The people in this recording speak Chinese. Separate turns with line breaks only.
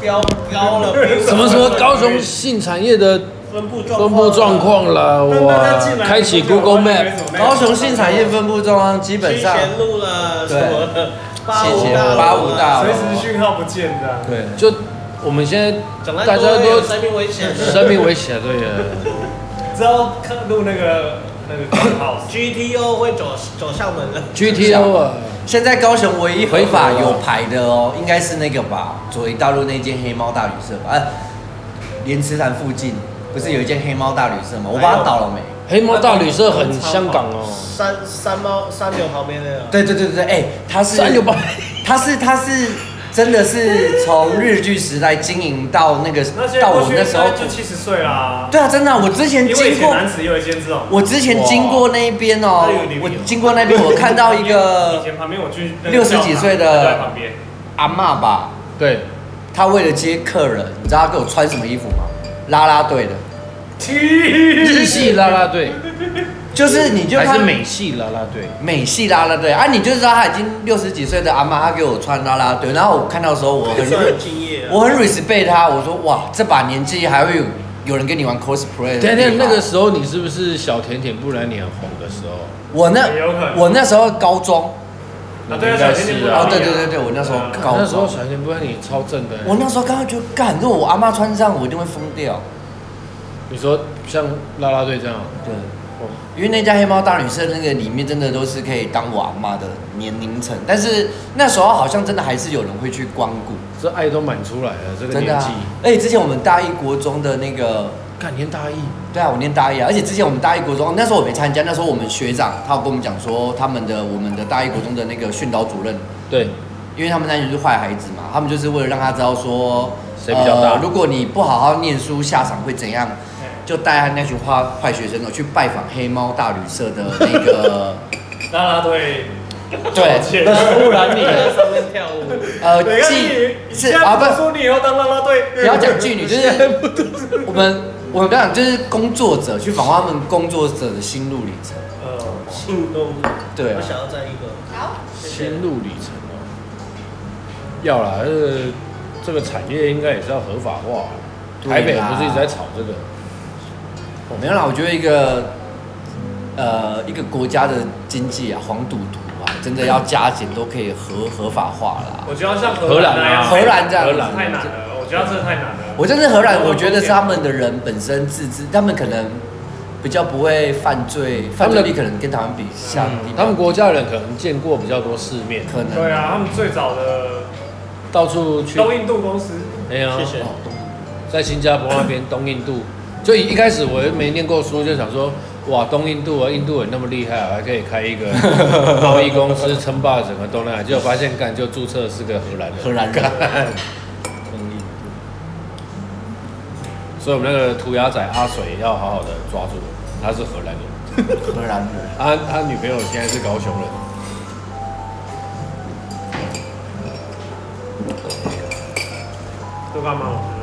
标高了，没有
什么什么高雄性产业的
分布状
分布状况了，
但但他
哇
进！来
开启 Google Map，
高雄性产业分布状况基本上
新贤路了，什么了八
谢
五
谢
大楼
八五大
了
随
楼
时讯号不见的，
对，
就我们现在
讲
大
太
家
多了
都
有生命危险。
生命危险，对呀，
你知道看录那个那个 house，
GTO 会走走上门了，
，GTO 啊，
现在高雄唯一合法有牌的哦，应该是那个吧，左营大陆那间黑猫大旅社吧？呃，莲池潭附近不是有一间黑猫大旅社吗？我不知道它倒了没？
黑猫大旅社很香港哦，
三三猫三牛旁边那个。
对对对对对，哎、它是
三六 八，
它是它是真的是从日剧时代经营到那个
那现在
到
过
我
去
那时候
现，在就七十岁啦，
对啊，真的啊、我之前
因为以
经
前
过。
男子也有一间这种。
我之前经过那边哦
哇那有点，
我
远
经过那边，我看到 一
以
个
前旁边我去
60几岁的
在旁边，
阿嬷吧，
对，
她为了接客人，你知道她给我穿什么衣服吗？啦啦队的，
日系啦啦队
就是你就
还
看
是美系啦啦队，
美系啦啦队啊，你就知道她已经六十几岁的阿嬷，她给我穿啦啦队，然后我看到的时候我
也算很
很
敬业啊。
我很 respect 她，我说哇，这把年纪还会有有人跟你玩 cosplay，的
天天
地
那
方
个时候你是不是小甜甜布兰妮很红的时候？
我那
也有可能
我那时候高中，
啊对啊
应该
小甜甜
是
布
哦
兰
啊
妮，
对对对对，我那时候
对啊
高
那时候
中，
小甜甜布兰妮超正的欸，
我那时候刚刚就干，如果我阿嬷穿这样，我一定会疯掉。
你说像啦啦队这样，哦
对，因为那家黑猫大旅社那个里面真的都是可以当我阿妈的年龄层，但是那时候好像真的还是有人会去光顾，
这爱都满出来了，这个
真
年
的、
纪
啊，。而且之前我们大一国中的那个，
干年大一，
对啊，我念大一啊，而且之前我们大一国中那时候我没参加，那时候我们学长他有跟我们讲说他们的我们的大一国中的那个训导主任，
对，
因为他们那群就是坏孩子嘛，他们就是为了让他知道说呃
谁比较大
如果你不好好念书，下场会怎样？就带他那群坏坏学生哦去拜访黑猫大旅社的那 个。
啦啦队，
对，
不 然你
在上面跳舞，
呃，
等一下
妓
你
是
现在
啊，
不
不
是，说你以后当啦啦队，
不要讲妓女，就是我们我们不要讲，就是工作者去访问他们工作者的心路历程。
呃，
性动物。
对啊
我想要再一个。
好，
谢谢
心路里程哦。要啦，呃，这个产业应该也是要合法化。
对啦
台北不是一直在吵这个？
我没有啦，我觉得一个呃一个国家的经济啊，黄赌毒啊，真的要加减都可以合合法化啦。
我觉得像
荷
荷兰
兰
那
啊，
样，
荷兰这样
荷
子
兰
太难了，我觉得这太难了。
我真是荷兰，我觉得是他们的人本身自知，他们可能比较不会犯罪，犯罪率可能跟台湾比下低吧，
他们国家人可能见过比较多世面，
可能哦
对啊，他们最早的
到处去。
东印度公司，
哎呀
谢，谢。
哦
在新加坡那边东印度，就一开始我也没念过书，就想说，哇，东印度啊，印度人那么厉害啊，还可以开一个贸易公司称霸整个东南亚，结果发现干就注册是个荷兰人，
荷兰人
干东印度。所以我们那个涂鸦仔阿水要好好的抓住，他是荷兰人，
荷兰人。
他他女朋友现在是高雄人。
都干嘛？